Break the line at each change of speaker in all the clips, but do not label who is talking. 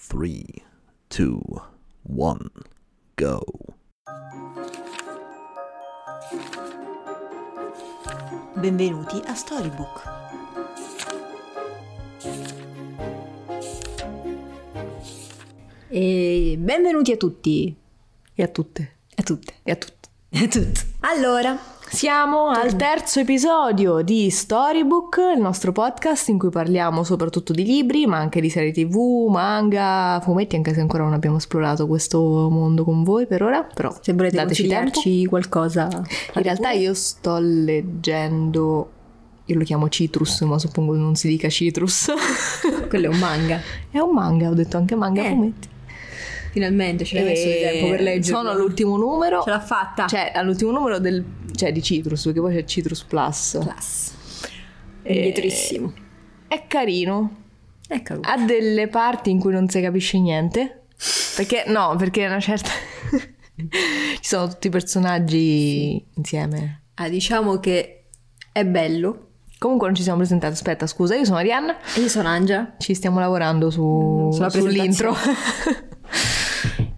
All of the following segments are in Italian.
Three, two, one, go.
Benvenuti a Storybook.
E benvenuti a tutti
E a tutte.
a tutte.
E a tutte.
Allora,
Siamo al terzo episodio di Storybook, il nostro podcast in cui parliamo soprattutto di libri, ma anche di serie tv, manga, fumetti, anche se ancora non abbiamo esplorato questo mondo con voi per ora, però
se volete
dateci tempo.
consigliarci qualcosa,
In realtà io sto leggendo, io lo chiamo Citrus, ma suppongo non si dica Citrus.
quello è un manga.
È un manga, ho detto anche manga,
Eh,
fumetti.
Finalmente ce l'hai messo
E
di tempo per leggerlo.
Sono all'ultimo numero.
Ce l'ha fatta.
Cioè, all'ultimo numero del, cioè, di Citrus, perché poi c'è Citrus Plus.
Class. Eh,
E-
Indietrissimo. Ah,
È carino.
Eccolo.
Ha delle parti in cui non si capisce niente. Perché, no, perché è una certa. Ci sono tutti i personaggi insieme.
Ah, diciamo che è bello.
Comunque non ci siamo presentati. Aspetta, scusa, io sono Arianna.
E io sono Angela.
Ci stiamo lavorando su,
Sulla
sull'intro.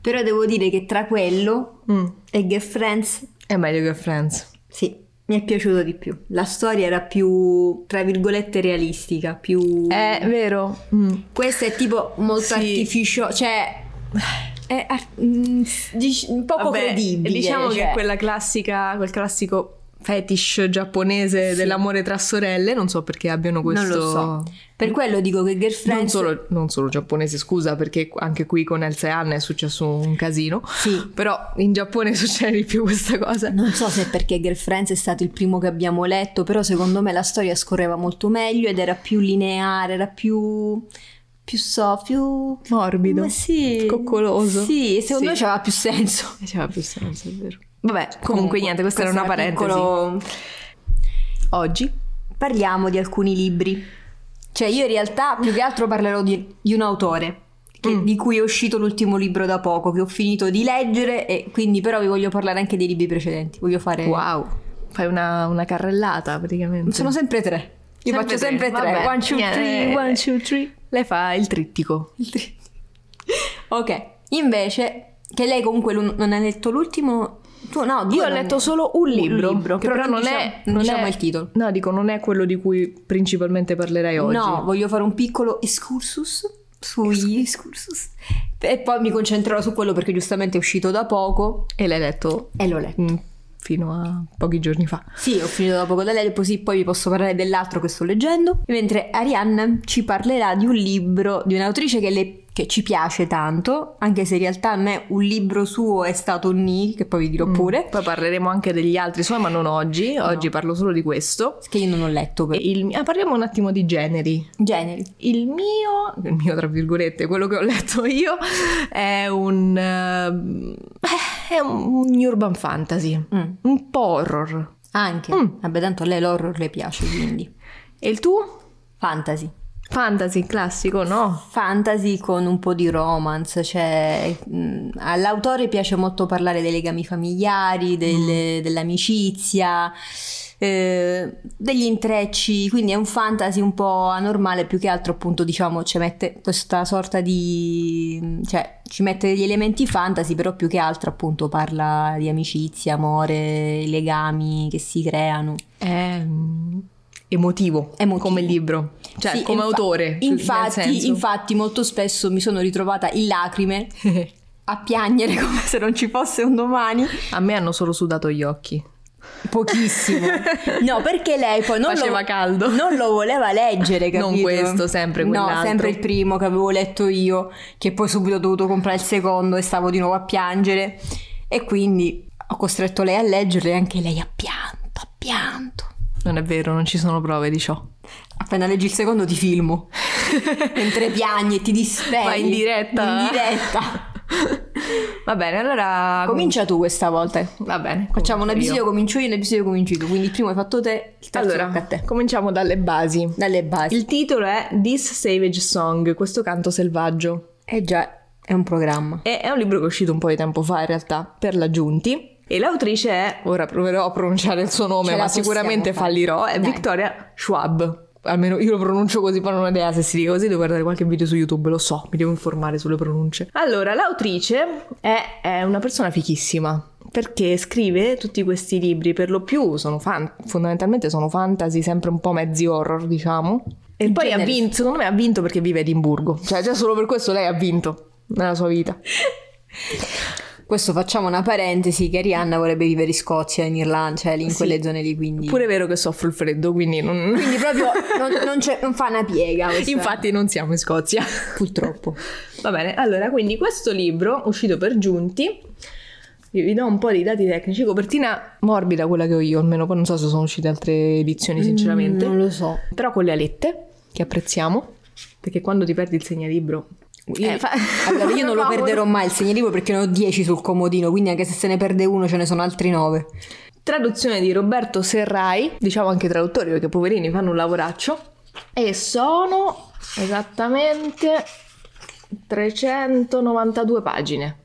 Però devo dire che tra quello
Mm.
e Get Friends,
È meglio che Friends.
sì, mi è piaciuto di più. La storia era più, tra virgolette, realistica, più...
È vero. Mm.
Questo è tipo molto
Sì.
artificio, cioè è ar- mm, dic- un poco
Vabbè,
credibile.
Diciamo
cioè.
che è quella classica, quel classico fetish giapponese
Sì.
dell'amore tra sorelle, non so perché abbiano questo.
Non lo so. Per quello dico che
Non
Girlfriends
solo, non solo giapponese, scusa, perché anche qui con Elsa e Anna è successo un casino.
Sì.
Però in Giappone succede di più questa cosa.
Non so se è perché Girlfriends è stato il primo che abbiamo letto, però secondo me la storia scorreva molto meglio ed era più lineare, era più più so, più
Morbido.
Ma sì.
Coccoloso.
Sì, e secondo
Sì.
me c'aveva più senso.
Faceva più senso, è vero. Vabbè, comunque, niente, questa, era una parentesi.
piccolo-
Oggi
parliamo di alcuni libri. Cioè, io in realtà più che altro parlerò di, di un autore che-
Mm.
di cui è uscito l'ultimo libro da poco, che ho finito di leggere, e quindi però vi voglio parlare anche dei libri precedenti. Voglio fare.
Wow, fai una, una carrellata praticamente.
Sono sempre tre. Io faccio sempre tre.
Vabbè,
One, two,
niente. eh.
three, one, two, three.
Lei fa il trittico.
Il tri- ok. Invece, che lei comunque l'un- non ha letto l'ultimo. Tu, no, due
Io ho
non-
letto solo un libro, che però, non,
diciamo-
è,
non
non
diciamo
è-
il titolo.
No, dico, non è quello di cui principalmente parlerei oggi.
No, voglio fare un piccolo excursus sugli excursus e poi mi concentrerò su quello perché giustamente è uscito da poco
E l'hai letto
e l'ho letto.
mm, fino a pochi giorni fa.
Sì, ho finito da poco da leggere, così poi vi posso parlare dell'altro che sto leggendo. Mentre Arianna ci parlerà di un libro di un'autrice che, le- che ci piace tanto, anche se in realtà a me un libro suo è stato un Nil, che poi vi dirò
Mm.
pure,
Poi parleremo anche degli altri suoi, ma non oggi.
No.
Oggi parlo solo di questo.
che io non ho letto
E
per
il- ah, parliamo un attimo di generi.
generi.
Il mio, il mio tra virgolette, quello che ho letto io, è un, eh, è un urban fantasy,
Mm.
un po' horror.
Anche,
Mm.
vabbè, tanto a lei l'horror le piace, quindi.
E il tuo?
Fantasy.
Fantasy classico, no?
fantasy con un po' di romance, cioè mh, all'autore piace molto parlare dei legami familiari, delle- dell'amicizia, eh, degli intrecci, quindi è un fantasy un po' anormale, più che altro appunto diciamo ci mette questa sorta di... cioè ci mette degli elementi fantasy, però più che altro appunto parla di amicizia, amore, legami che si creano.
È mm, emotivo,
Emotivo.
come libro, cioè
Sì,
come
infa-
autore. più- nel senso.
Infatti, infatti, molto spesso mi sono ritrovata in lacrime a piangere come se non ci fosse un domani.
A me hanno solo sudato gli occhi.
Pochissimo. No, perché lei poi non,
Faceva
lo,
caldo.
non lo voleva leggere, capito?
Non questo, sempre
No,
quell'altro.
sempre il primo che avevo letto io, che poi subito ho dovuto comprare il secondo e stavo di nuovo a piangere. E quindi ho costretto lei a leggerlo e anche lei ha pianto, ha pianto.
Non è vero, non ci sono prove di ciò.
Appena leggi il secondo ti filmo. Mentre piagni e ti disperi.
Vai in diretta.
In diretta.
Va bene, allora...
Comincia tu questa volta.
Va bene.
Facciamo un
comincio
episodio,
io.
comincio io, un episodio cominci tu. Quindi il primo hai fatto te, il terzo
Allora,
tocca a te.
cominciamo dalle basi.
Dalle basi.
Il titolo è This Savage Song, questo canto selvaggio.
Eh già, è un programma.
E è un libro che è uscito un po' di tempo fa, in realtà, per la Giunti. E l'autrice è, ora proverò a pronunciare il suo nome,
Ce la
ma
possiamo
sicuramente
fare.
fallirò, è
Dai.
Victoria Schwab. Almeno io lo pronuncio così, ma non ho idea se si dica così. Devo guardare qualche video su YouTube, lo so, mi devo informare sulle pronunce. Allora, l'autrice è, è una persona fichissima perché scrive tutti questi libri, per lo più sono fan- fondamentalmente sono fantasy, sempre un po' mezzi horror, diciamo. E
In
poi ha
genere.
vinto, secondo me ha vinto perché vive a Edimburgo. Cioè, già solo per questo lei ha vinto nella sua vita.
Questo facciamo una parentesi che Arianna vorrebbe vivere in Scozia, in Irlanda, cioè lì in
Sì.
quelle zone lì, quindi...
Pure è vero che soffro il freddo, quindi non...
Quindi proprio non, non c'è- non fa una piega. questa-
Infatti non siamo in Scozia.
Purtroppo.
Va bene, allora, quindi questo libro, uscito per giunti, vi vi do un po' di dati tecnici, copertina morbida quella che ho io, almeno poi non so se sono uscite altre edizioni, sinceramente.
Mm, non lo so.
Però con le alette, che apprezziamo, perché quando ti perdi il segnalibro... Eh,
Io- Allora, io non lo perderò mai il segnalibro perché ne ho 10 sul comodino, quindi anche se se ne perde uno ce ne sono altri 9.
Traduzione di Roberto Serrai, diciamo anche traduttori perché poverini fanno un lavoraccio. E sono esattamente 392 pagine.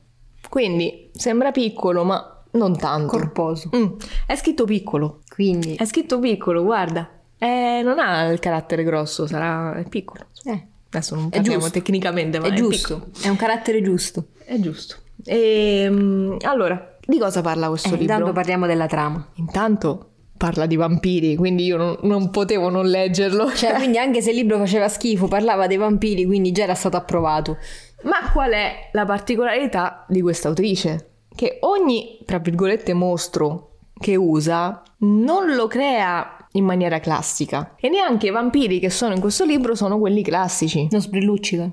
Quindi sembra piccolo, ma non tanto.
Corposo.
Mm, È scritto piccolo.
Quindi...
È scritto piccolo, guarda. Eh, non ha il carattere grosso, sarà è piccolo.
eh,
Adesso non
È
parliamo
giusto.
tecnicamente, ma
è
è,
giusto. È un carattere giusto.
piccolo. È giusto. Ehm, allora, di cosa parla questo
Eh,
libro?
intanto parliamo della trama.
Intanto parla di vampiri, quindi io non, non potevo non leggerlo.
Cioè, quindi anche se il libro faceva schifo, parlava dei vampiri, quindi già era stato approvato.
Ma qual è la particolarità di questa autrice? Che ogni, tra virgolette, mostro che usa non lo crea in maniera classica. E neanche i vampiri che sono in questo libro sono quelli classici.
Non sbrilluccica.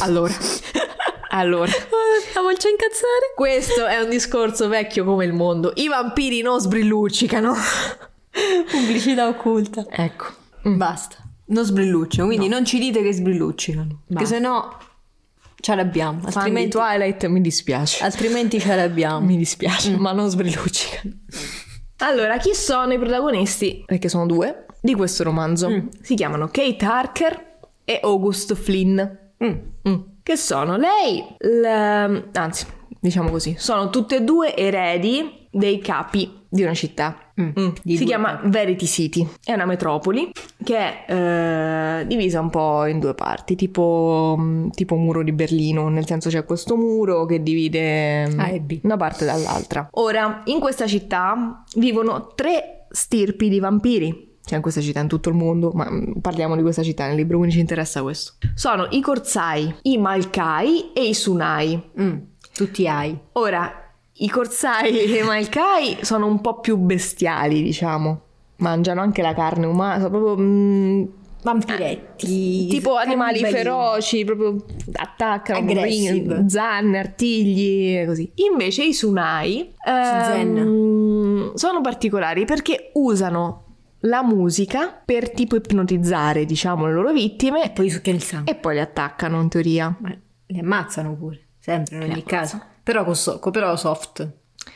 Allora, allora.
La voce incazzare.
Questo è un discorso vecchio come il mondo. I vampiri non sbrilluccicano.
Pubblicità occulta.
Ecco.
Mm. Basta. Non sbrillucciano, quindi non ci dite che sbrilluccicano. Perché
Basta.
sennò ci arrabbiamo.
Fan di
Altrimenti,
Twilight mi dispiace.
altrimenti ci arrabbiamo.
Mi dispiace, ma non sbrilluccicano. Mm. Allora, chi sono i protagonisti? Perché sono due di questo romanzo.
Mm.
Si chiamano Kate Harker e August Flynn.
Mm.
Mm. Che sono lei, l- anzi, diciamo così, sono tutte e due eredi dei capi di una città.
Mm.
Mm.
Di
Si
due
chiama Verity City, è una metropoli che è eh, divisa un po' in due parti, tipo, mm, tipo muro di Berlino, nel senso c'è questo muro che divide mm,
A e B.
una parte dall'altra. Ora, in questa città vivono tre stirpi di vampiri. C'è in questa città, in tutto il mondo, ma mm, parliamo di questa città nel libro, quindi ci interessa questo. Sono i Korsai, i Malkai e i Sunai.
Mm. Tutti hai.
Ora, i Korsai e i Malkai sono un po' più bestiali, diciamo. Mangiano anche la carne umana, sono proprio... mm,
Vampiretti.
tipo animali
cannibalini.
feroci, proprio attaccano,
Aggressive.
mordono, zanne, artigli e così. Invece i Sunai ehm, sono particolari perché usano la musica per tipo ipnotizzare, diciamo, le loro vittime
Poi succhiano il sangue.
e poi le attaccano in teoria.
Ma le ammazzano pure. Sempre, in
Le
ogni caso. Però, con so- co- però soft.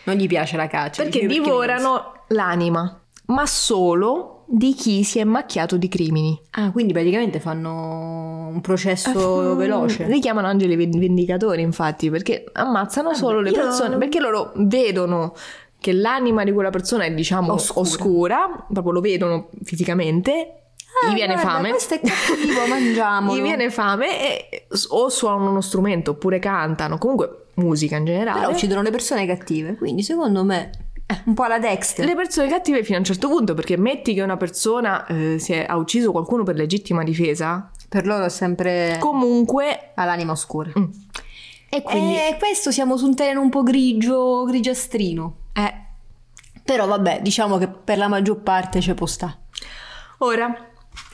Non gli piace la caccia.
perché
dice, Cioè, non
divorano l'anima, ma solo di chi si è macchiato di crimini.
so. Ah, quindi praticamente fanno un processo
Mm,
veloce.
Li chiamano angeli ven- vendicatori, infatti, perché ammazzano solo le
Eh, io-
persone, perché loro vedono che l'anima di quella persona è, diciamo, oscura,
Oscura.
proprio lo vedono fisicamente.
Ah,
gli viene
guarda,
fame.
questo è cattivo, mangiamolo.
Gli viene fame e, o suonano uno strumento oppure cantano. Comunque, musica in generale.
Però uccidono le persone cattive, quindi secondo me eh, un po' alla Dexter.
Le persone cattive fino a un certo punto, perché metti che una persona eh, si è- ha ucciso qualcuno per legittima difesa,
Per loro è sempre
comunque...
all'anima oscura.
Mm. E quindi...
Eh, questo siamo su un terreno un po' grigio, grigiastrino.
Eh,
Però vabbè, diciamo che per la maggior parte ci può sta.
ora,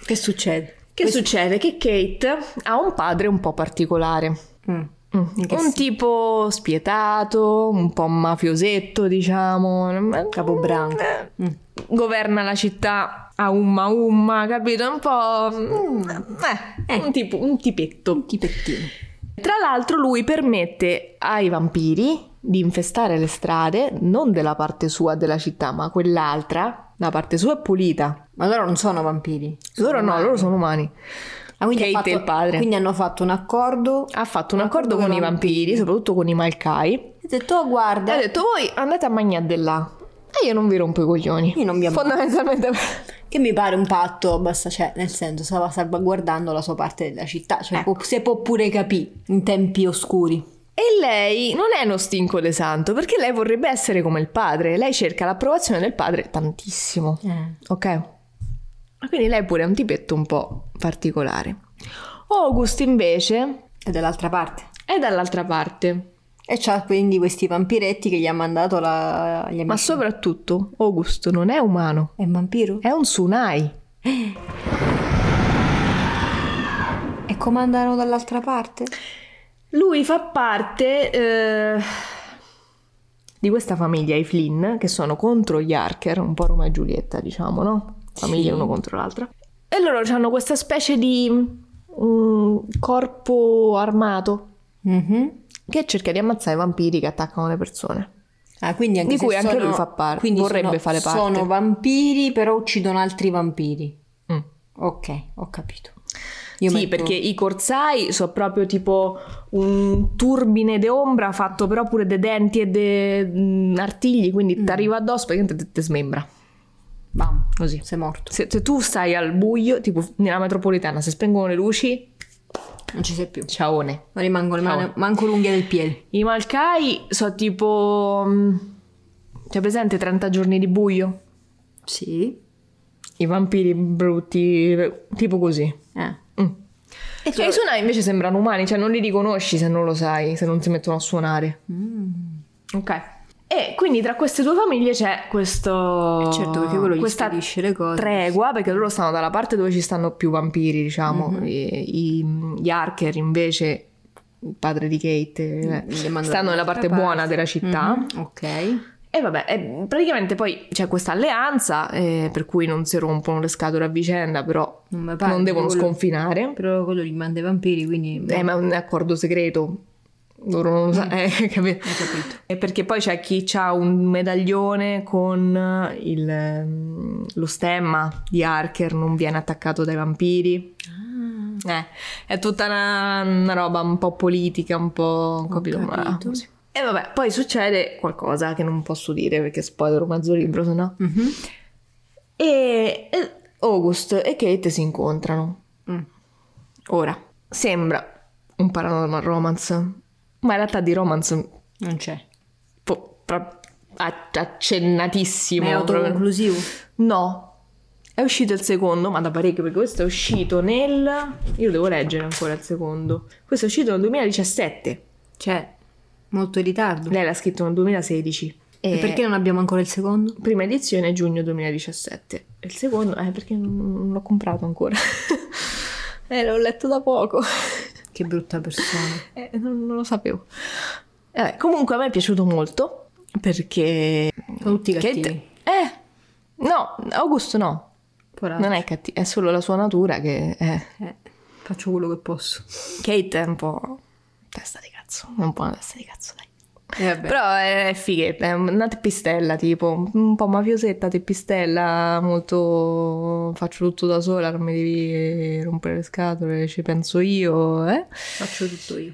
Che succede?
che succede? Che Kate ha un padre un po' particolare.
Mm.
Mm,
In che
Un
senso?
tipo spietato, un po' mafiosetto, diciamo.
Capobranco.
Eh,
Mm.
Governa la città a umma umma, capito? Un po'... eh,
Eh.
Un, tipo, un tipetto.
Un tipettino.
Tra l'altro lui permette ai vampiri di infestare le strade, non della parte sua della città, ma quell'altra. La parte sua è pulita.
Ma loro non sono vampiri.
Loro no, loro sono umani.
Ah, quindi, ha
Kate
fatto-
e il padre.
quindi hanno fatto un accordo.
Ha fatto un accordo con i vampiri, soprattutto con i Malkai.
Ha detto, oh
E
guarda,
ha detto voi andate a mangiare là. E io non vi rompo i coglioni.
Io non vi ammazzo.
Fondamentalmente
Che mi pare un patto abbastanza, cioè, nel senso, stava salvaguardando la sua parte della città, cioè
Ecco.
può- se può pure capire in tempi oscuri.
E lei non è uno stincole santo, perché lei vorrebbe essere come il padre. Lei cerca l'approvazione del padre tantissimo. Eh, Ok? Ma Quindi lei pure è un tipetto un po' particolare. August invece
E dall'altra parte.
è dall'altra parte,
E c'ha quindi questi vampiretti che gli ha mandato la... gli
ma
amici.
soprattutto August non è umano,
È un vampiro?
è un Sunai.
E comandano dall'altra parte?
Lui fa parte eh, di questa famiglia, i Flynn, che sono contro gli Archer, un po' Roma e Giulietta, diciamo, no? Famiglia
Sì.
uno contro l'altra. E loro hanno questa specie di mm, corpo armato
Mhm.
che cerca di ammazzare i vampiri che attaccano le persone.
Ah, quindi anche
Di
se
cui anche
sono-
lui fa parte,
quindi
vorrebbe
sono-
fare parte.
Sono vampiri, però uccidono altri vampiri.
Mm.
Ok, ho capito.
sì,
metto-
perché i corsai sono proprio tipo un turbine de ombra fatto però pure de denti e de mm, artigli, quindi ti arriva addosso praticamente te- te smembra.
Bam,
Così.
sei morto.
Se, se tu stai al buio, tipo nella metropolitana, se spengono le luci,
Non ci sei più.
ciaone.
Non rimangono man- manco l'unghia del piede.
I Malkai sono tipo... mm, C'è presente 30 giorni di buio?
Sì.
I vampiri brutti, tipo così.
Eh.
Mm.
E
Cioè, I Sunai invece sembrano umani, cioè non li riconosci se non lo sai, se non si mettono a suonare. Mm. Ok. E quindi tra queste due famiglie c'è questo...
Eh certo, perché quello gli
questa
spedisce le cose.
tregua, perché loro stanno dalla parte dove ci stanno più vampiri, diciamo.
Mhm.
I- i- gli Archer invece, il padre di Kate, eh, stanno nella parte buona della città.
Mhm. Ok.
E vabbè, e praticamente poi c'è questa alleanza, eh, per cui non si rompono le scatole a vicenda, però
Non, mi pare,
non devono
quello-
sconfinare.
Però quello gli manda i vampiri, quindi... boh,
Eh, ma è un accordo segreto. Loro non lo sanno, capito?
Hai capito.
E perché poi c'è chi ha un medaglione con eh, il, ehm, lo stemma di Archer, non viene attaccato dai vampiri.
Ah,
Eh, è tutta una, una roba un po' politica, un po'... capito? Ma-
capito.
sì. E vabbè, poi succede qualcosa che non posso dire perché spoiler mezzo libro, se no.
mhm.
E, e August e Kate si incontrano.
Mm.
Ora, sembra un paranormal romance, ma in realtà di romance
Non c'è.
po- pro- a- accennatissimo.
Ma è
proprio.
autoconclusivo?
No, è uscito il secondo, ma da parecchio, perché questo è uscito nel... Io lo devo leggere ancora il secondo. Questo è uscito nel 2017.
Cioè, molto in ritardo.
Lei l'ha scritto nel 2016.
E perché non abbiamo ancora il secondo?
Prima edizione giugno 2017. E Il secondo è perché non non l'ho comprato ancora. eh, l'ho letto da poco.
Che brutta persona.
Eh, non, non lo sapevo. Eh, comunque a me è piaciuto molto perché...
Sono tutti
Kate-
cattivi.
Eh, no, Augusto no.
Poraccio.
Non è cattivo, è solo la sua natura che è...
Eh, faccio quello che posso.
Kate è un po'... testa di cazzo, è un po' una testa di cazzo, dai.
E Eh, vabbè.
Però è fighetta, è una teppistella tipo, un po' mafiosetta, teppistella, molto faccio tutto da sola, non mi devi rompere le scatole, ci penso io, eh.
Faccio tutto io.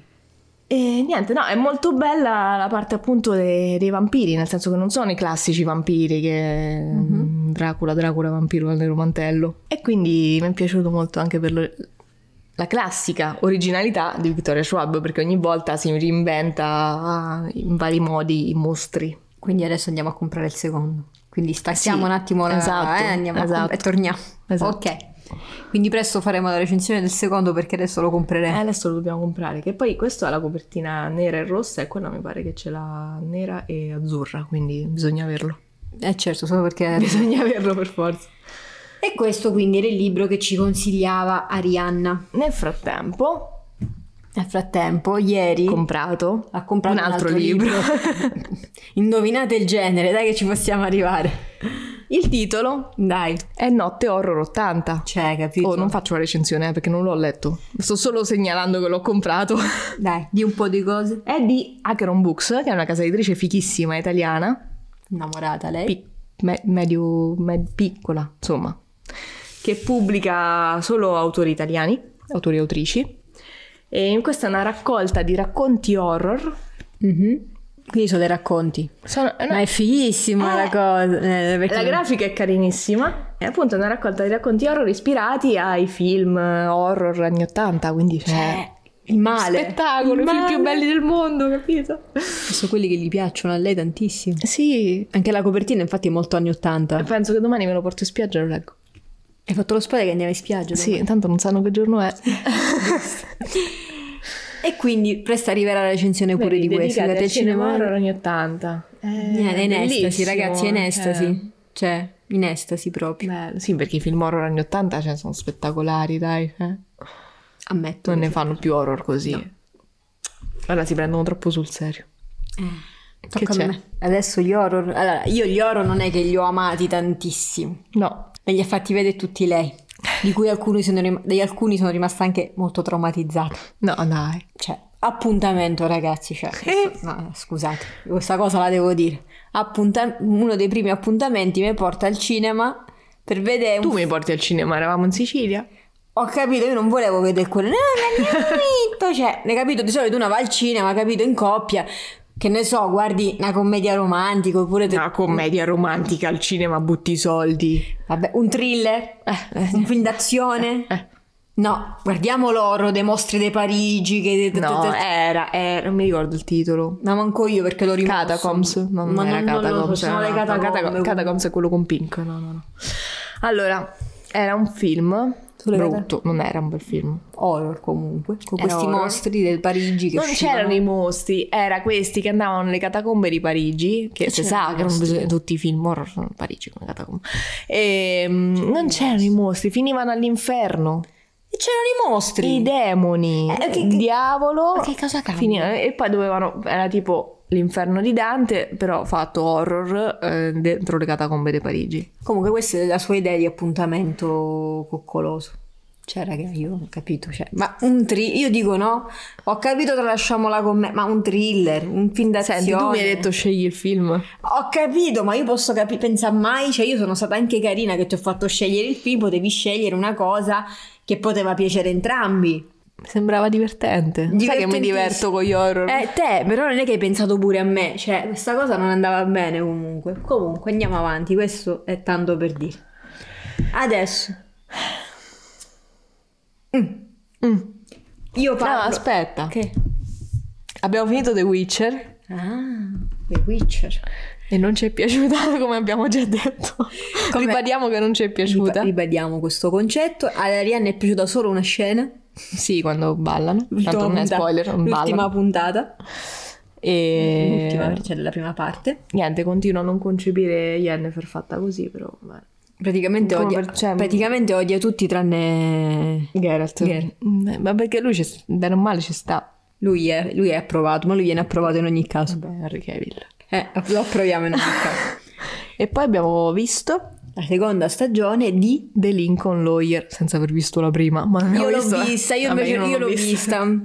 E niente, no, è molto bella la parte appunto dei, dei vampiri, nel senso che non sono i classici vampiri che mm,
Mhm.
Dracula, Dracula, vampiro al nero mantello. E quindi mi è piaciuto molto anche per lo- la classica originalità di Victoria Schwab, perché ogni volta si reinventa ah, in vari modi i mostri.
Quindi adesso andiamo a comprare il secondo. Quindi stacchiamo
Sì,
un attimo la
esatto,
eh, andiamo a
esatto.
comp- e torniamo.
Esatto.
Ok. Quindi presto faremo la recensione del secondo perché adesso lo
Eh,
compreremo.
adesso lo dobbiamo comprare, che poi questa ha la copertina nera e rossa e quella mi pare che ce l'ha nera e azzurra, quindi bisogna averlo.
Eh, certo, solo perché
Bisogna averlo per forza.
E questo quindi era il libro che ci consigliava Arianna.
Nel frattempo,
Nel frattempo, ieri
comprato
ha comprato
un altro, libro.
Indovinate il genere, dai che ci possiamo arrivare.
Il titolo
Dai,
è Notte Horror 80.
cioè, capito?
Oh, non faccio la recensione eh, perché non l'ho letto. Sto solo segnalando che l'ho comprato.
Dai, di un po' di cose.
È di Acheron Books, che è una casa editrice fichissima italiana,
Innamorata lei.
pic- me- medio, med- piccola, insomma, che pubblica solo autori italiani, autori e autrici. E questa è una raccolta di racconti horror
Mhm. Quindi sono dei racconti.
Sono- Eh, no,
Ma è fighissima la
Eh,
cosa. eh, perché-
La grafica è carinissima. È appunto una raccolta di racconti horror ispirati ai film eh, horror anni 80, quindi cioè,
Cioè, il male.
spettacolo, i film più belli del mondo, capito?
Sono quelli che gli piacciono a lei tantissimo.
Sì,
Anche la copertina, infatti, è molto anni 80.
penso che domani me lo porto in spiaggia e lo leggo.
Hai fatto lo spoiler che andiamo in spiaggia.
Sì, intanto non sanno che giorno è.
E quindi presto arriverà la recensione pure di questo.
Dedicati
guardate
al
il cinema.
horror anni Eh, 80. È,
Niente, Eh, è in estasi, ragazzi, è in estasi.
Sì.
Cioè, in estasi proprio.
eh. Bello. Sì, perché i film horror anni 80 cioè, sono spettacolari, dai. eh.
Ammetto.
Non ne fanno più horror così. Allora si prendono troppo sul serio.
Eh, Tocca
Che
a
c'è?
me. Adesso gli horror. Allora, io gli horror non è che li ho amati tantissimo.
No,
Me li ha fatti vedere tutti lei. Di cui alcuni sono, rim- di alcuni sono rimasta anche molto traumatizzata.
no, dai.
Cioè, appuntamento, ragazzi. Cioè, questo- no, scusate, questa cosa la devo dire. Appunta- uno dei primi appuntamenti mi porta al cinema per vedere un
Tu mi porti al cinema, eravamo in Sicilia.
Ho capito, io non volevo vedere quello. No, ma andiamo dritto, Cioè, hai capito? Di solito una va al cinema, capito? In coppia. Che ne so, guardi una commedia romantica oppure. te-
Una commedia romantica al cinema, butti i soldi.
Vabbè, un thriller?
Eh, eh,
un film d'azione?
eh.
No, guardiamo l'oro dei mostri dei Parigi. Che...
No, eh. era, era, non mi ricordo il titolo.
Ma manco io perché l'ho rimosso.
Catacombs, no, non
Ma
era
non- non lo so,
Catacombs.
sono
no,
le
no, no,
catacombe.
Cataco- Catacombs è quello con Pink, no, no, no. Allora, era un film
Sulle
brutto, non era un bel film.
Horror comunque. Con
Era
questi
horror.
mostri del Parigi che
Eh, Non
uscivano.
c'erano i mostri, era questi che andavano nelle catacombe di Parigi, che
E
si sa
c'erano i
che non
mostri.
bisogna, tutti i film horror sono in Parigi come catacombe. E, mm, non c'erano i mostri, finivano all'inferno.
E c'erano i mostri.
I demoni,
Eh, che-
il
che-
diavolo.
ma che cosa cambia?
finivano- E poi dovevano. Era tipo l'inferno di Dante, però fatto horror eh, dentro le catacombe di Parigi.
Comunque questa è la sua idea di appuntamento coccoloso. Cioè, raga, io non ho capito. Cioè, ma un thriller, io dico no, ho capito, tralasciamola con me, ma un thriller, un film d'azione.
Senti, tu mi hai detto scegli il film.
Ho capito, ma io posso capire, pensa mai, cioè io sono stata anche carina che ti ho fatto scegliere il film, potevi scegliere una cosa che poteva piacere entrambi.
Mi sembrava divertente. Sai che mi
Divertentissimo.
diverto con gli horror.
Eh, te, però non è che hai pensato pure a me, cioè questa cosa non andava bene comunque. Comunque andiamo avanti, questo è tanto per dire. Adesso
Mm.
io
No,
parlo...
aspetta.
Che?
Abbiamo finito The Witcher
Ah, The Witcher.
e non ci è piaciuta come abbiamo già detto.
Come-
Ribadiamo che non ci è piaciuta.
Riba- ribadiamo questo concetto. Ad Arianna è piaciuta solo una scena.
Sì, quando ballano. Tanto
l'ultima
non è
puntata-
spoiler, non
L'ultima
ballano.
puntata.
E...
L'ultima, cioè della prima parte.
Niente, continuo a non concepire Jennifer fatta così, però... vabbè.
Praticamente
Come
odia,
per- cioè-
praticamente odia tutti tranne...
Geralt.
Geralt.
Mm, eh, Ma perché lui, c'è, bene o male, ci sta.
Lui è, lui è approvato, ma lui viene approvato in ogni caso.
Vabbè, Henry Cavill.
Eh, lo approviamo in ogni caso.
E poi abbiamo visto
La seconda stagione di...
The Lincoln Lawyer, senza aver visto la prima, ma non
Io
abbiamo
l'ho
visto-
vista, io
Vabbè,
invece
non
io l'ho vista.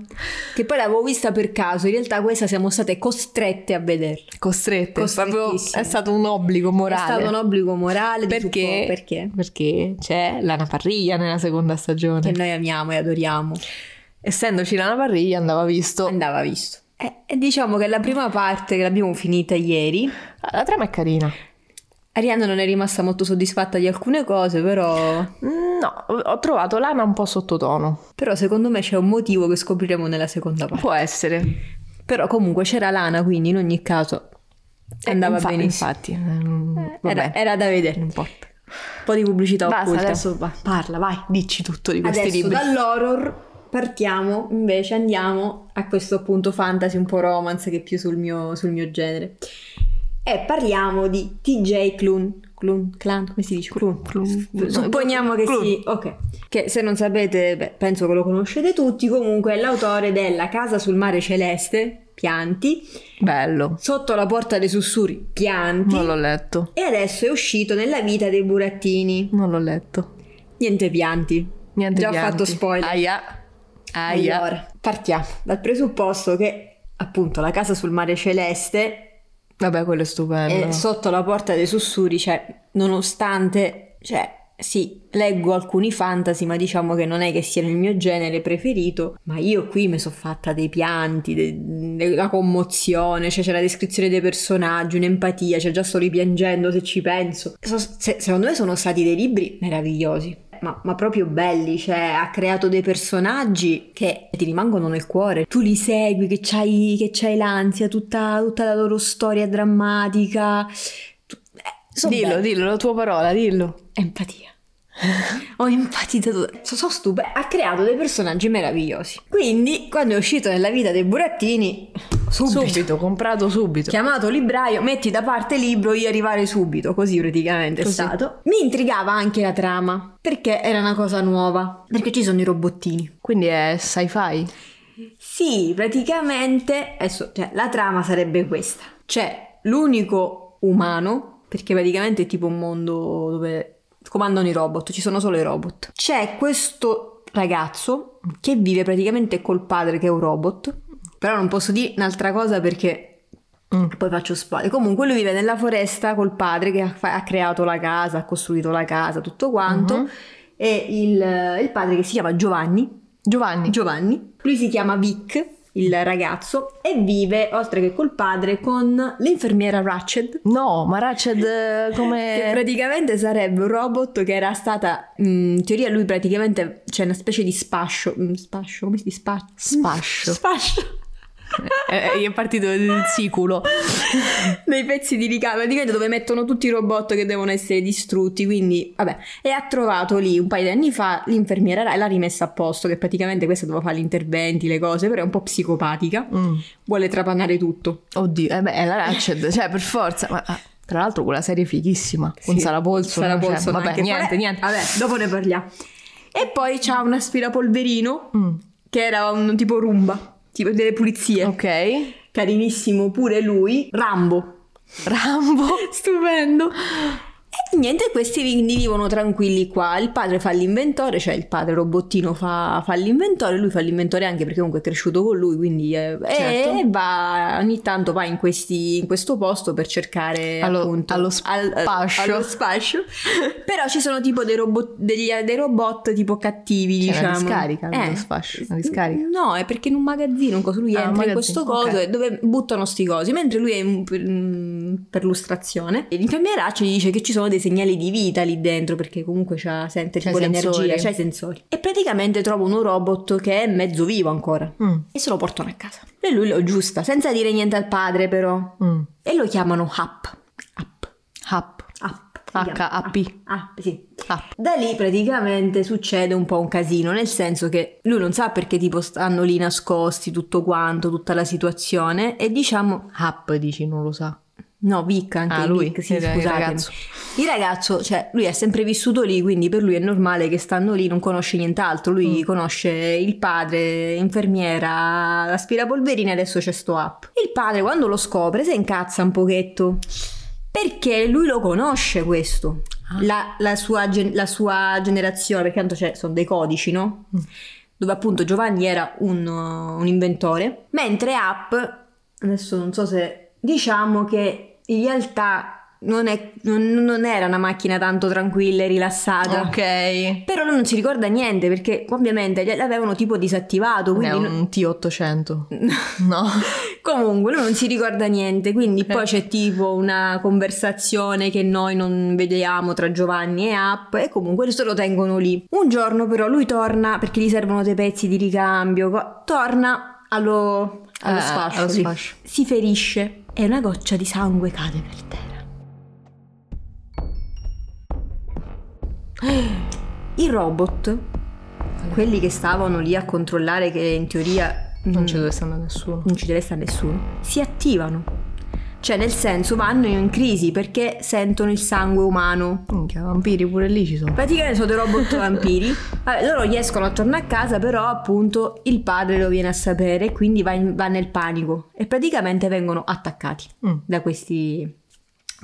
Che poi l'avevo vista per caso, in realtà questa siamo state costrette a vederla.
Costrette, proprio-
Costrettissime.
è stato un obbligo morale.
È stato un obbligo morale di
Perché?
suppo- perché?
Perché c'è Lana Parriglia nella seconda stagione.
Che noi amiamo e adoriamo.
Essendoci Lana Parriglia andava visto.
Andava visto. E e diciamo che la prima parte che l'abbiamo finita ieri,
La trama è carina.
Arianna non è rimasta molto soddisfatta di alcune cose, però,
No, ho trovato Lana un po' sottotono.
però secondo me c'è un motivo che scopriremo nella seconda parte.
Può essere.
Però comunque c'era Lana, quindi in ogni caso andava
Infa-
benissimo.
Eh,
Eh,
Infatti, ehm, vabbè,
Era, era da vedere.
non
Un
importa.
po' di pubblicità
Basta,
occulta.
adesso va- parla, vai, dici tutto di questi
Adesso
libri.
dall'horror partiamo, invece andiamo a questo punto fantasy, un po' romance che è più sul mio, sul mio genere. E parliamo di TJ Clun. Clun, clan, come si dice? Clun,
Clun.
Supponiamo che
Clun.
sì, ok. Che se non sapete, beh, penso che lo conoscete tutti, comunque è l'autore della Casa sul mare celeste, Pianti,
Bello,
Sotto la porta dei sussurri, Pianti,
non l'ho letto.
e adesso è uscito nella vita dei burattini.
Non l'ho letto.
Niente Pianti.
Niente
Già ho
pianti.
fatto spoiler.
Aia. Aia.
Allora, partiamo dal presupposto che appunto la casa sul mare celeste
Vabbè, quello è
è
stupendo.
sotto la porta dei sussurri, cioè nonostante, cioè Sì, leggo alcuni fantasy, ma diciamo che non è che siano il mio genere preferito, ma io qui mi sono fatta dei pianti, de- della commozione, cioè c'è la descrizione dei personaggi, un'empatia, cioè già sto ripiangendo se ci penso. So- se- secondo me sono stati dei libri meravigliosi. Ma, ma proprio belli, cioè ha creato dei personaggi che ti rimangono nel cuore, tu li segui, che c'hai, che c'hai l'ansia, tutta, tutta la loro storia drammatica. Tu- eh, son
dillo,
belli.
dillo, la tua parola, dillo.
Empatia. Ho empatizzato, sono so stupida. Ha creato dei personaggi meravigliosi. Quindi, quando è uscito nella vita dei burattini, subito.
Subito, comprato subito.
Chiamato libraio, metti da parte libro, io arrivare subito, così praticamente
Così.
è stato. Mi intrigava anche la trama, perché era una cosa nuova, perché ci sono i robottini.
Quindi è sci-fi.
Sì, praticamente adesso, cioè, la trama sarebbe questa. C'è l'unico umano, perché praticamente è tipo un mondo dove comandano i robot, ci sono solo i robot. C'è questo ragazzo che vive praticamente col padre che è un robot, però non posso dire un'altra cosa perché
Mm.
poi faccio spade. Comunque lui vive nella foresta col padre che ha, fa- ha creato la casa, ha costruito la casa, tutto quanto.
Mhm.
E il- il padre che si chiama Giovanni,
Giovanni.
Giovanni. Lui si chiama Vic, il ragazzo, e vive, oltre che col padre, con l'infermiera Ratched.
no, ma Ratched eh,
Che
come...
praticamente sarebbe un robot che era stata. mm, In teoria, lui praticamente c'è una specie di spascio. mm, Spascio? Come si dice? Spa-
Spascio.
Spascio.
Eh, eh, è partito il siculo.
Dei pezzi di ricambio, praticamente dove mettono tutti i robot che devono essere distrutti. Quindi, vabbè. E ha trovato lì un paio di anni fa l'infermiera Ra- e l'ha rimessa a posto. Che praticamente questa doveva fare gli interventi, le cose, però è un po' psicopatica.
Mm.
Vuole trapannare tutto.
Oddio, eh beh, è la Ratched, cioè per forza. Ma, ah, tra l'altro quella serie è fighissima, con
Sì,
Sara Polson.
Sara
cioè,
Paulson
vabbè,
anche.
niente,
Vabbè,
niente.
Vabbè, dopo ne parliamo. E poi c'ha un aspirapolverino
Mm,
che era un tipo rumba, tipo delle pulizie.
Eh. Oh. Ok.
Carinissimo pure lui, Rambo.
Rambo.
Stupendo. E niente, questi quindi vivono tranquilli qua. Il padre fa l'inventore, cioè il padre robottino fa, fa l'inventore, lui fa l'inventore anche perché comunque è cresciuto con lui, quindi eh,
Certo.
e va, ogni tanto va in, questi, in questo posto per cercare
Allo-
appunto
allo
al- eh,
spascio.
allo spascio. Però ci sono tipo dei robot, degli- dei robot tipo cattivi,
C'è
diciamo.
una Cioè, discarica,
Eh.
lo sfascio, una discarica.
No, è perché in un magazzino un coso, lui
Ah, un
entra in
magazzino,
questo
ok.
coso e dove buttano sti cosi, mentre lui è in- per, mm, per lustrazione. E l'infermiera ci dice che ci sono dei segnali di vita lì dentro perché comunque c'ha, sente
C'ha
tipo
i sensori.
l'energia, c'ha i sensori. E praticamente trova uno robot che è mezzo vivo ancora
Mm,
e se lo portano a casa. E lui lo giusta, senza dire niente al padre però.
mm.
E lo chiamano Hap. Hap.
Up.
Hap.
H-A-P.
Ah, sì.
Up.
Da lì praticamente succede un po' un casino, nel senso che lui non sa perché tipo stanno lì nascosti tutto quanto, tutta la situazione e diciamo
Up dici, non lo sa.
no, Vic anche
Ah, lui,
Vic, sì,
il- il
scusatemi.
ragazzo.
Il ragazzo, cioè, lui è sempre vissuto lì, quindi per lui è normale che stanno lì, non conosce nient'altro,
Mm.
lui conosce il padre, infermiera, l'aspirapolverina e adesso c'è sto app. Il padre quando lo scopre si incazza un pochetto, perché lui lo conosce questo,
Ah.
la, la sua, gen- la sua generazione, perché tanto c'è- sono dei codici, no?
Mm.
Dove appunto Giovanni era un, uh, un inventore, mentre App, adesso non so se diciamo che in realtà non, è- non- non era una macchina tanto tranquilla e rilassata.
Ok.
Però lui non si ricorda niente perché ovviamente l'avevano tipo disattivato,
È
quindi non-
un T800. no.
Comunque lui non si ricorda niente, quindi
Ok.
poi c'è tipo una conversazione che noi non vediamo tra Giovanni e App e comunque questo lo tengono lì. Un giorno però lui torna perché gli servono dei pezzi di ricambio, co- torna allo, allo
Eh,
sfascio,
allo
sì.
sfascio.
si ferisce e una goccia di sangue cade per terra. I robot, quelli che stavano lì a controllare che in teoria
Non
mm,
ci dovesse andare nessuno.
non ci deve stare nessuno, si attivano. Cioè, nel senso, vanno in crisi perché sentono il sangue umano.
Minchia, vampiri pure lì ci sono.
Praticamente sono dei robot vampiri. Vabbè, loro riescono a tornare a casa, però appunto il padre lo viene a sapere e quindi va, in- va nel panico. E praticamente vengono attaccati
Mm.
da questi...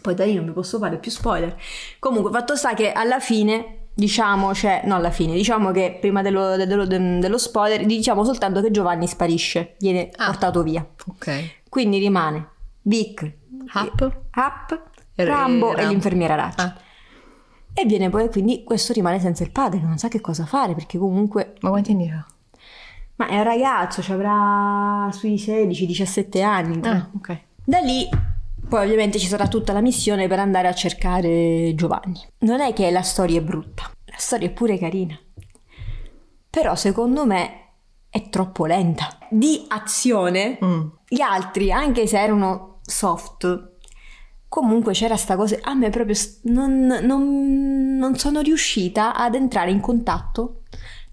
Poi da lì non vi posso fare più spoiler. Comunque, fatto sta che alla fine, diciamo, cioè, no alla fine, diciamo che prima dello, dello- dello spoiler, diciamo soltanto che Giovanni sparisce, viene
Ah.
portato via.
Ok.
Quindi rimane Vic,
Up.
Hap,
E- e
Rambo e
Rambo.
l'infermiera Ratchet.
Ah.
E viene poi, quindi questo rimane senza il padre, non sa che cosa fare, perché comunque...
Ma quanti anni ha?
Ma è un ragazzo, ci avrà sui 16-17 anni.
Ah, ok.
Da lì poi ovviamente ci sarà tutta la missione per andare a cercare Giovanni. Non è che la storia è brutta, la storia è pure carina. Però secondo me è troppo lenta. Di azione,
Mm.
gli altri, anche se erano soft, comunque c'era sta cosa. A me proprio s- non, non- non sono riuscita ad entrare in contatto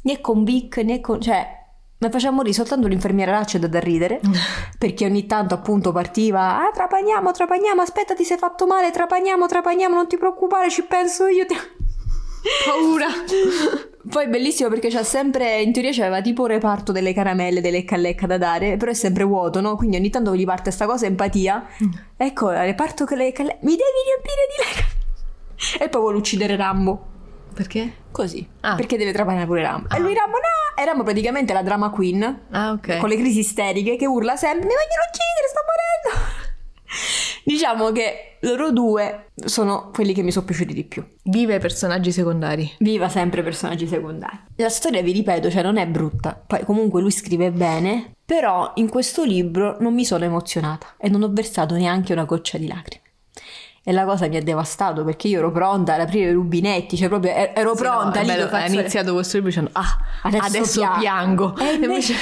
né con Vic né con. cioè. Mi faceva morire soltanto l'infermieraccia da, da ridere
Mm.
perché ogni tanto appunto partiva ah trapaniamo trapaniamo aspetta ti sei fatto male trapaniamo trapaniamo non ti preoccupare ci penso io ti...
Paura.
Poi è bellissimo perché c'ha sempre, in teoria c'aveva tipo un reparto delle caramelle, delle callecca da dare, però è sempre vuoto, no? Quindi ogni tanto gli parte sta cosa empatia. Ecco, al reparto che le calle- mi devi riempire di lecca. E poi vuole uccidere Rambo.
Perché?
Così.
Ah.
Perché deve trapanare pure Rambo. E lui Rambo no! E Rambo praticamente è la drama queen,
Ah, ok.
con le crisi isteriche, che urla sempre, mi vogliono uccidere, sto morendo. diciamo che loro due sono quelli che mi sono piaciuti di più.
Vive personaggi secondari.
Viva sempre personaggi secondari. La storia, vi ripeto, cioè non è brutta. Poi comunque lui scrive bene, però in questo libro non mi sono emozionata e non ho versato neanche una goccia di lacrime. E la cosa mi ha devastato perché io ero pronta ad aprire i rubinetti, cioè proprio er- ero
Sì, no,
pronta
è
lì
bello,
lo faccio-
È iniziato questo libro dicendo, ah, adesso,
pia-
piango.
E invece,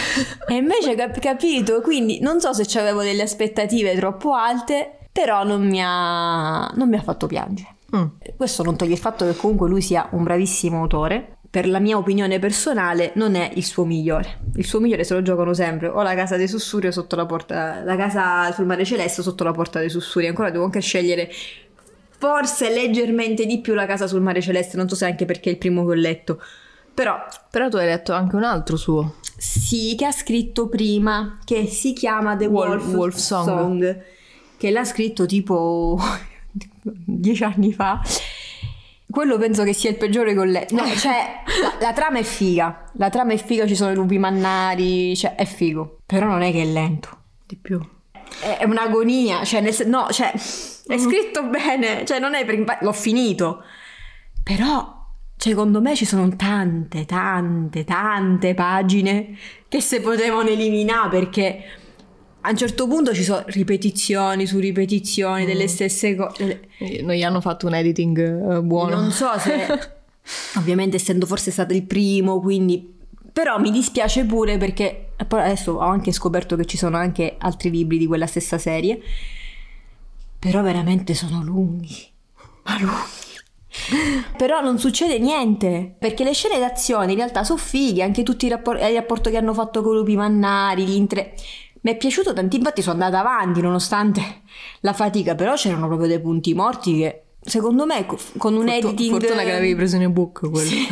e invece cap- capito, quindi non so se avevo delle aspettative troppo alte, però non mi ha, non mi ha fatto piangere.
Mm.
Questo non toglie il fatto che comunque lui sia un bravissimo autore. Per la mia opinione personale, non è il suo migliore. Il suo migliore se lo giocano sempre o la casa dei sussurri o sotto la porta. La casa sul mare celeste o sotto la porta dei sussurri. Ancora devo anche scegliere. Forse leggermente di più la casa sul mare celeste. Non so se anche perché è il primo che ho letto. Però
Però tu hai letto anche un altro suo.
sì, che ha scritto prima, che si chiama The
Wolf-
Wolf,
Wolf Song.
che l'ha scritto tipo dieci anni fa. Quello penso che sia il peggiore che ho letto. No, cioè, la, la trama è figa. La trama è figa, ci sono i lupi mannari, cioè, è figo. Però non è che è lento.
Di più.
È, è un'agonia, cioè, nel sen- no, cioè, è scritto bene, cioè, non è per... infatti L'ho finito. Però, cioè, secondo me, ci sono tante, tante, tante pagine che se potevano eliminare perché... A un certo punto ci sono ripetizioni su ripetizioni delle stesse cose.
Eh, Non gli hanno fatto un editing eh, buono.
Non so se. ovviamente, essendo forse stato il primo, quindi. Però mi dispiace pure perché. e Poi adesso ho anche scoperto che ci sono anche altri libri di quella stessa serie. Però veramente sono lunghi. Ma lunghi. Però non succede niente perché le scene d'azione in realtà sono fighe, anche tutti i rapporti, il rapporto che hanno fatto con Lupi Mannari, gli intre- mi è piaciuto tanto, infatti sono andata avanti nonostante la fatica, però c'erano proprio dei punti morti che secondo me co- con un
Fortu-
editing...
Fortuna che l'avevi preso in ebook quello.
Sì.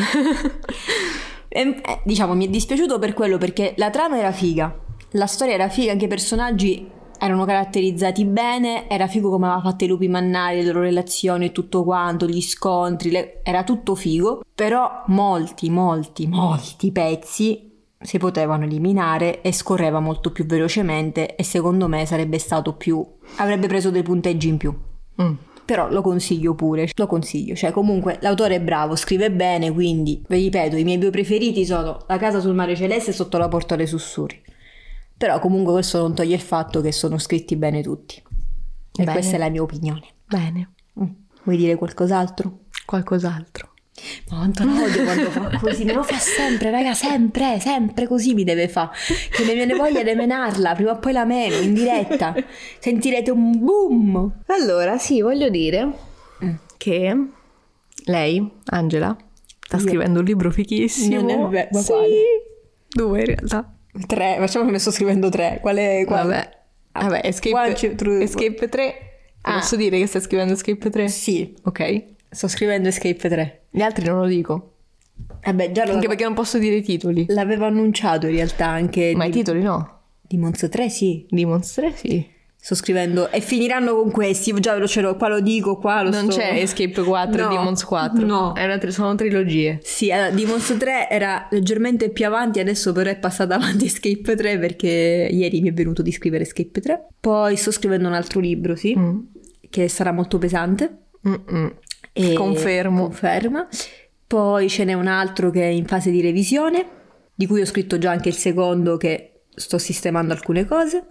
Ehm, eh, diciamo, mi è dispiaciuto per quello perché la trama era figa, la storia era figa, anche i personaggi erano caratterizzati bene, era figo come aveva fatto i lupi mannari, le loro relazioni e tutto quanto, gli scontri, le- era tutto figo, però molti, molti, molti pezzi si potevano eliminare e scorreva molto più velocemente e secondo me sarebbe stato più avrebbe preso dei punteggi in più.
Mm.
Però lo consiglio pure, lo consiglio, cioè comunque l'autore è bravo, scrive bene, quindi vi ripeto, i miei due preferiti sono La casa sul mare celeste e Sotto la porta dei sussurri. Però comunque questo non toglie il fatto che sono scritti bene tutti. E
Bene.
questa è la mia opinione.
Bene.
Mm. Vuoi dire qualcos'altro?
Qualcos'altro.
Ma quanto lo odio quando fa così, me lo fa sempre, raga, sempre, sempre così mi deve fa. Che mi viene voglia di menarla, prima o poi la meno, in diretta. Sentirete un boom.
Allora, sì, voglio dire
Mm.
che lei, Angela, sta
Io-
scrivendo un libro fichissimo.
Non è vero, ma
Sì.
quale?
Due in realtà.
Tre, facciamo che ne sto scrivendo tre. Qual è? qual-
Vabbè. Vabbè, Escape,
One, two, three,
Escape 3.
Ah.
Posso dire che sta scrivendo Escape 3?
Sì,
Ok.
sto scrivendo Escape 3.
Gli altri non lo dico.
Vabbè, già lo-
Anche perché non posso dire i titoli.
l'avevo annunciato in realtà anche
Ma i
di,
titoli no.
di Monza 3, sì.
Demons 3 sì.
Sto scrivendo e finiranno con questi, già ve lo ce l'ho, qua lo dico, qua lo
Non
sto-
c'è Escape 4 e
No.
Demons 4.
No.
È una tri- sono trilogie.
Sì, allora, Demon's 3 era leggermente più avanti, adesso però è passata avanti Escape 3 perché ieri mi è venuto di scrivere Escape 3. Poi sto scrivendo un altro libro, sì,
Mm.
che sarà molto pesante.
Mm-mm.
E-
Confermo.
conferma. Poi ce n'è un altro che è in fase di revisione, di cui ho scritto già anche il secondo che sto sistemando alcune cose.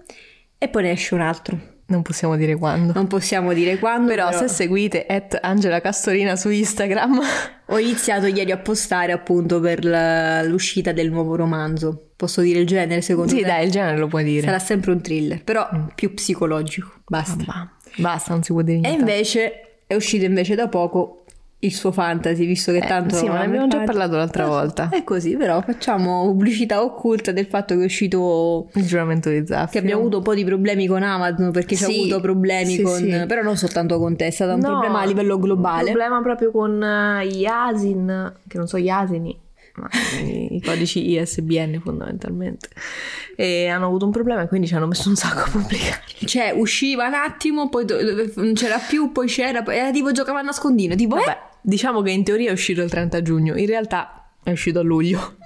E poi ne esce un altro.
Non possiamo dire quando.
Non possiamo dire quando,
Però
però,
se seguite at Angela Castorina su Instagram,
ho iniziato ieri a postare appunto per la- l'uscita del nuovo romanzo. Posso dire il genere secondo
sì
te?
dai, il genere lo puoi dire. Mm.
Sarà sempre un thriller, però più psicologico. Basta.
Basta. Basta, non si può dire
E
niente.
invece è uscito invece da poco il suo fantasy, visto che
Eh,
tanto...
sì, ma ne abbiamo già
Fantasy-
parlato l'altra
Eh,
volta.
È così, però facciamo pubblicità occulta del fatto che è uscito...
Il giuramento di Zaffiro.
Che abbiamo avuto un po' di problemi con Amazon perché ci ha
Sì,
avuto problemi
sì,
con...
sì.
Però non soltanto con te, è stato un
No,
problema a livello globale.
Un problema proprio con eh, gli asin, che non so gli asini, ma i, i codici ISBN fondamentalmente. E hanno avuto un problema e quindi ci hanno messo un sacco a pubblicare.
Cioè, usciva un attimo, poi do- non c'era più, poi c'era, poi era tipo giocava a nascondino, tipo... eh?
Vabbè, diciamo che in teoria è uscito il 30 giugno, in realtà è uscito a luglio.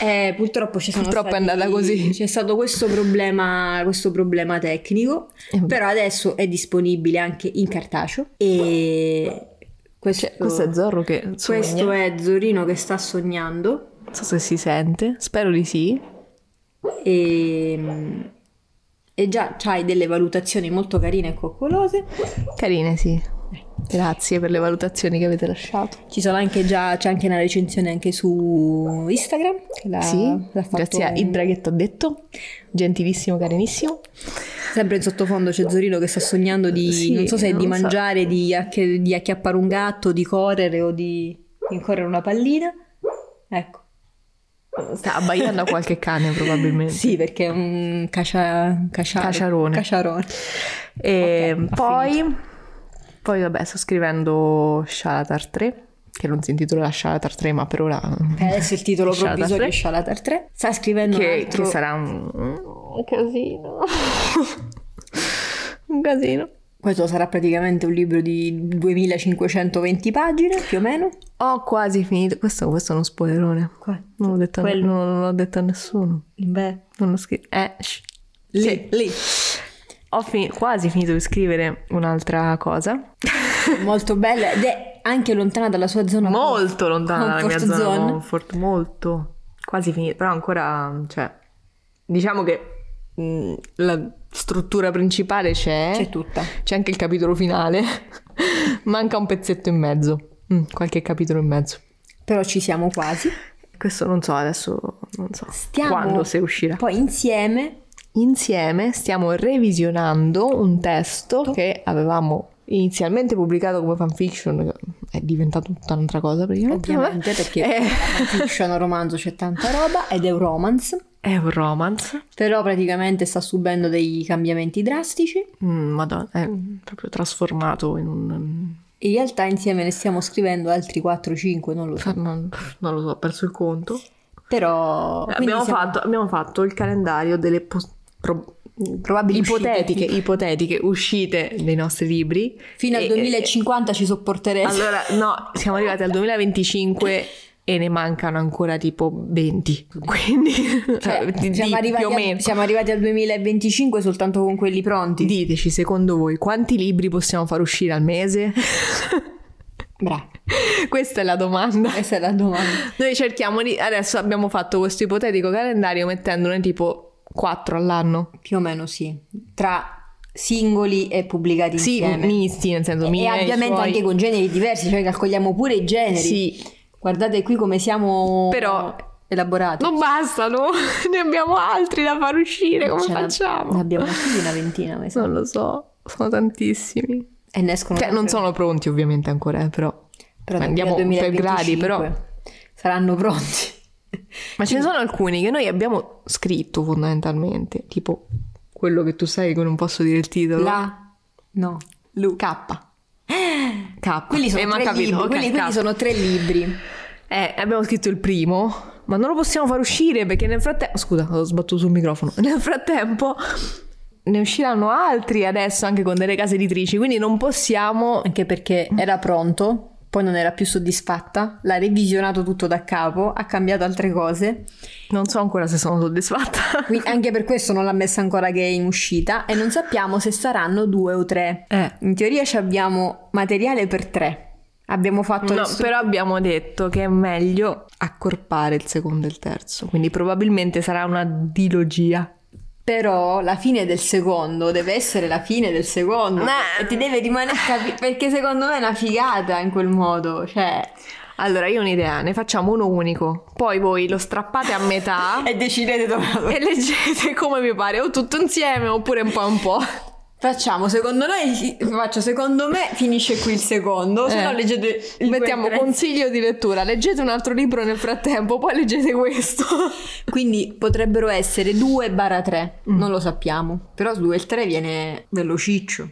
Eh, purtroppo ci sono
Purtroppo è
stati-
andata così.
C'è stato questo problema, questo problema tecnico,
Eh, vabbè.
però adesso è disponibile anche in cartaceo e questo,
Questo Cioè, è Zorro che sogna.
questo è Zorino che sta sognando
Non so se si sente, spero di sì.
e, Ehm, e già c'hai delle valutazioni molto carine e coccolose.
Carine, sì. Grazie per le valutazioni che avete lasciato.
Ci sono anche già, c'è anche una recensione anche su Instagram. che l'ha-
sì,
l'ha fatto
grazie a
un-
Ibra che t'ho detto, gentilissimo, carinissimo.
Sempre in sottofondo c'è Zorino che sta sognando di,
Sì,
non so se è di
non so.
mangiare, di, acch- di acchiappare un gatto, di correre o di incorrere una pallina. Ecco.
Sta abbaiando a qualche cane probabilmente.
Sì, perché è un cacia, caciaro-
Caciarone.
caciarone.
E
Ok, ho
Ehm, poi, poi, vabbè, sto scrivendo Shalatar 3, che non si intitola Shalatar 3, ma per ora... mm,
Eh, Adesso il titolo
Shalatar
provvisorio
3.
è Shalatar 3. Sta scrivendo un
Che,
altro-
che sarà un... un casino. un casino.
Questo sarà praticamente un libro di 2520 pagine, più o meno.
Ho quasi finito. Questo, questo è uno spoilerone. Non l'ho detto, a-
Quello.
non- non l'ho detto a nessuno.
Beh,
Non l'ho scritto. Eh, shh.
lì,
Sì.
lì.
Ho fi- quasi finito di scrivere un'altra cosa.
Molto bella ed è anche lontana dalla sua zona.
molto lontana dalla mia
comfort
zona
zone.
comfort, molto quasi finita, però ancora, cioè, diciamo che mh, la struttura principale c'è,
C'è tutta.
c'è anche il capitolo finale, manca un pezzetto in mezzo, Mm, qualche capitolo in mezzo.
Però ci siamo quasi.
Questo non so adesso, non so
Stiamo
quando se uscirà.
Poi insieme
Insieme stiamo revisionando un testo che avevamo inizialmente pubblicato come fanfiction, che è diventato tutta un'altra cosa praticamente.
Ovviamente, perché
Eh.
è fiction, romanzo, c'è tanta roba ed è un romance,
È un romance.
però praticamente sta subendo dei cambiamenti drastici.
Mm, Madonna, è proprio trasformato in un... mm,
In realtà insieme ne stiamo scrivendo altri 4-5, non lo so.
Non, non lo so, ho perso il conto.
Però quindi
Abbiamo,
siamo-
fatto, abbiamo fatto il calendario delle pos- pro-
Probabili
ipotetiche, Eh.
uscite.
ipotetiche uscite dei nostri libri.
fino al
E-
2050 ci sopporteremo.
Allora, no, siamo arrivati al 2025 e ne mancano ancora tipo 20. Quindi,
Cioè,
Eh, di- di-
siamo, arrivati
più o
al-
meno.
siamo arrivati al 2025 soltanto con quelli pronti.
Diteci, secondo voi, quanti libri possiamo far uscire al mese?
Bravo,
Questa è la domanda.
questa è la domanda.
Noi cerchiamo di... Adesso abbiamo fatto questo ipotetico calendario mettendone tipo 4 all'anno.
Più o meno sì, tra singoli e pubblicati
Sì,
insieme.
misti, nel senso
E
miei,
ovviamente
suoi.
anche con generi diversi, cioè calcoliamo pure i generi.
Sì,
Guardate qui come siamo
Però-
elaborati.
non bastano, ne abbiamo altri da far uscire, come
Ce ne-
facciamo?
Ne Cioè, abbiamo più di una ventina, mi sa.
Non lo so, sono tantissimi.
E ne escono
Cioè, non
sempre-
sono pronti ovviamente ancora, eh, però...
però da qui
andiamo
al
per
2025
gradi, però...
Saranno pronti.
Ma ce ne sono alcuni che noi abbiamo scritto fondamentalmente, tipo quello che tu sai che non posso dire il titolo.
La no.
Lu. K. K.
Quelli sono,
Eh, ma
tre,
capito,
libri,
ok,
quelli- quelli
K.
sono tre libri.
Eh, abbiamo scritto il primo, ma non lo possiamo far uscire perché nel frattempo... Scusa, ho sbattuto sul microfono. Nel frattempo ne usciranno altri adesso anche con delle case editrici, quindi non possiamo...
Anche perché era pronto, poi non era più soddisfatta, l'ha revisionato tutto da capo, ha cambiato altre cose.
Non so ancora se sono soddisfatta.
Quindi anche per questo non l'ha messa ancora che è in uscita e non sappiamo se saranno due o tre.
Eh.
In teoria ci abbiamo materiale per tre Abbiamo fatto
No,
il su-
però abbiamo detto che è meglio accorpare il secondo e il terzo, quindi probabilmente sarà una dilogia.
Però la fine del secondo deve essere la fine del secondo.
Ma-
E ti deve rimanere capi- perché secondo me è una figata in quel modo. Cioè,
Allora, io ho un'idea, ne facciamo uno unico, poi voi lo strappate a metà
e decidete dove.
e leggete come vi pare, o tutto insieme oppure un po' a un po'.
Facciamo, secondo noi, faccio, secondo me finisce qui il secondo, se
Eh.
no leggete il
Mettiamo
quel tre.
consiglio di lettura, leggete un altro libro nel frattempo, poi leggete questo.
Quindi potrebbero essere 2 barra 3,
Mm.
non lo sappiamo. Però 2 e il 3 viene velociccio.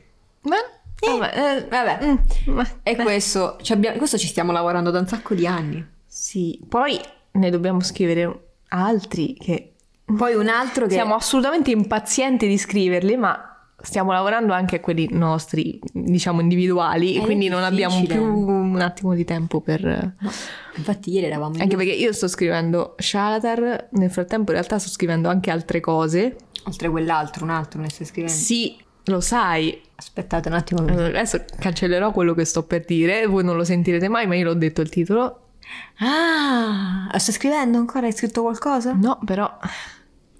Ma
Eh,
vabbè, eh,
vabbè.
mm, ma-
E questo ci, abbiamo- questo ci stiamo lavorando da un sacco di anni.
Sì, poi ne dobbiamo scrivere altri che
Poi un altro che...
Siamo assolutamente impazienti di scriverli, ma stiamo lavorando anche a quelli nostri, diciamo, individuali,
Ed è
quindi non abbiamo
difficile.
più un attimo di tempo per...
No, infatti ieri eravamo in
Anche perché io sto scrivendo Shalatar, nel frattempo in realtà sto scrivendo anche altre cose.
Oltre quell'altro, un altro ne stai scrivendo.
Sì, Mm. lo sai,
Aspettate un attimo.
adesso cancellerò quello che sto per dire, voi non lo sentirete mai, ma io l'ho detto il titolo.
Ah, sto scrivendo ancora? Hai scritto qualcosa?
No, però...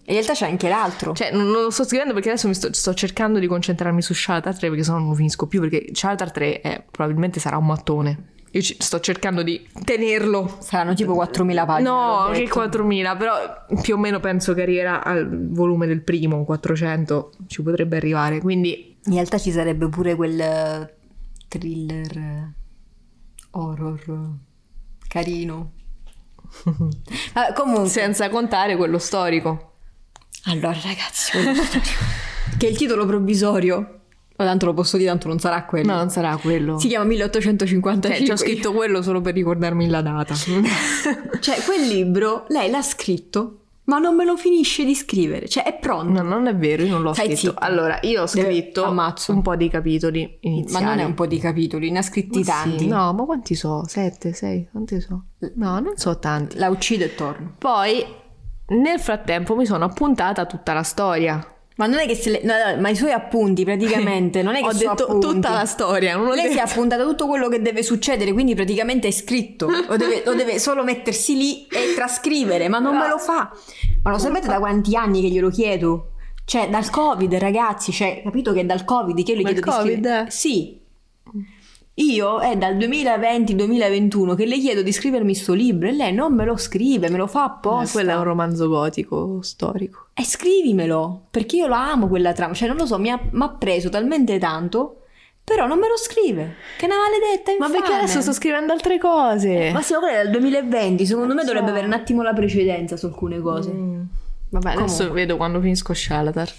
In realtà c'è anche l'altro.
Cioè, non non lo sto scrivendo perché adesso mi sto, sto cercando di concentrarmi su Shalatar 3 perché sennò non finisco più perché Shalatar 3 è- probabilmente sarà un mattone. Io ci- sto cercando di tenerlo.
Saranno tipo 4.000 pagine.
No,
l'ho
che
detto.
4000, però più o meno penso che arriverà al volume del primo, 400 ci potrebbe arrivare, quindi
In realtà ci sarebbe pure quel eh, thriller eh, horror eh, carino. Vabbè, comunque,
senza contare quello storico.
allora ragazzi, quello storico. che è il titolo provvisorio, ma tanto lo posso dire, tanto non sarà quello.
No, non sarà quello.
Si chiama 1855.
Cioè, ci ho scritto quello solo per ricordarmi la data.
Cioè, quel libro lei l'ha scritto, ma non me lo finisce di scrivere. Cioè, è pronto.
No, non è vero, io non l'ho
Stai
scritto.
zitta.
Allora, io ho
Deve-
scritto
ammazzo.
un po' di capitoli iniziali.
Ma non è un po' di capitoli, ne ha scritti
Ma sì,
tanti.
no, ma quanti so? Sette, sei, quanti so? No, non so tanti.
La uccide e torna.
Poi, nel frattempo, mi sono appuntata tutta la storia.
Ma non è che se le- no, no, ma i suoi appunti praticamente non è che
Ho
sono
detto
appunti.
tutta la storia, non ho
Lei si è
detto-
appuntata tutto quello che deve succedere, quindi praticamente è scritto. Lo deve, lo deve solo mettersi lì e trascrivere, ma non me lo fa. Ma lo sapete da quanti anni che glielo chiedo? Cioè, dal Covid, ragazzi, cioè, capito che è dal Covid che io gli
Ma il
chiedo di
Covid?
scrivere. Sì. Io è dal 2020-2021 che le chiedo di scrivermi sto libro e lei non me lo scrive, me lo fa
Poi
apposta.
quello è un romanzo gotico storico.
E Eh, scrivimelo, perché io lo amo quella trama, cioè non lo so, mi ha m'ha preso talmente tanto, però non me lo scrive. Che una maledetta
Ma
infame. Eh,
perché adesso sto scrivendo altre cose?
Ma siamo quella del 2020, secondo me
Cioè.
dovrebbe avere un attimo la precedenza su alcune cose.
Mm. Vabbè, adesso
Comunque.
vedo quando finisco Shalatar.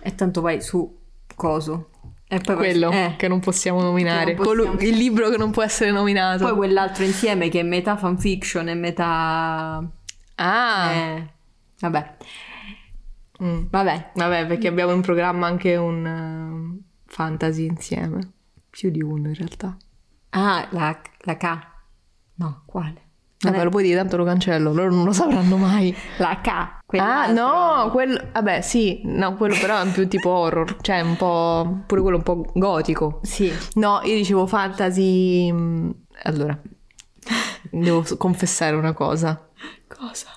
E tanto vai su coso. E poi vai-
Quello
eh,
che non possiamo nominare.
Che non possiamo-
Colui- Il libro che non può essere nominato.
poi quell'altro insieme che è metà fanfiction e metà
Ah,
eh, vabbè.
Mm.
Vabbè.
Vabbè, perché abbiamo in programma anche un ehm, fantasy insieme. Più di uno in realtà.
Ah, la, la K. No, quale? Non
Vabbè,
è-
lo puoi dire, tanto lo cancello, loro non lo sapranno mai.
La K.
Ah,
quell'altro.
no, quello... Vabbè, sì, no, quello però è più tipo horror, cioè un po'... pure quello un po' gotico.
Sì.
No, io dicevo fantasy... mm, Allora, devo s- confessare una cosa.
Cosa?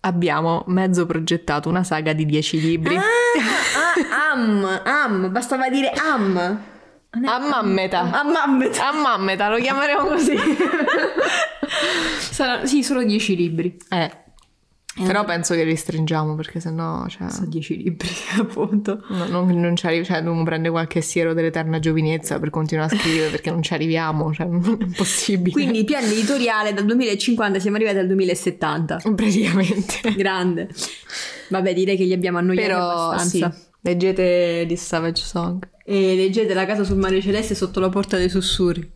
Abbiamo mezzo progettato una saga di 10 libri.
Ah, ah, am, am, bastava dire am. Non è
A mammeta.
am, am, am.
A mammeta, lo chiameremo così.
Sarà- sì, solo 10 libri.
eh,
Eh,
però
no.
penso che restringiamo perché sennò... Cioè...
Sono 10 libri, appunto.
No, non, non ci arrivi, cioè dobbiamo prendere qualche siero dell'eterna giovinezza per continuare a scrivere perché non ci arriviamo, cioè non è possibile.
Quindi piano editoriale dal 2050 siamo arrivati al 2070.
praticamente.
Grande. Vabbè, direi che li abbiamo annoiati
Però
abbastanza.
sì, leggete di Savage Song.
E leggete La casa sul mare celeste sotto la porta dei sussurri.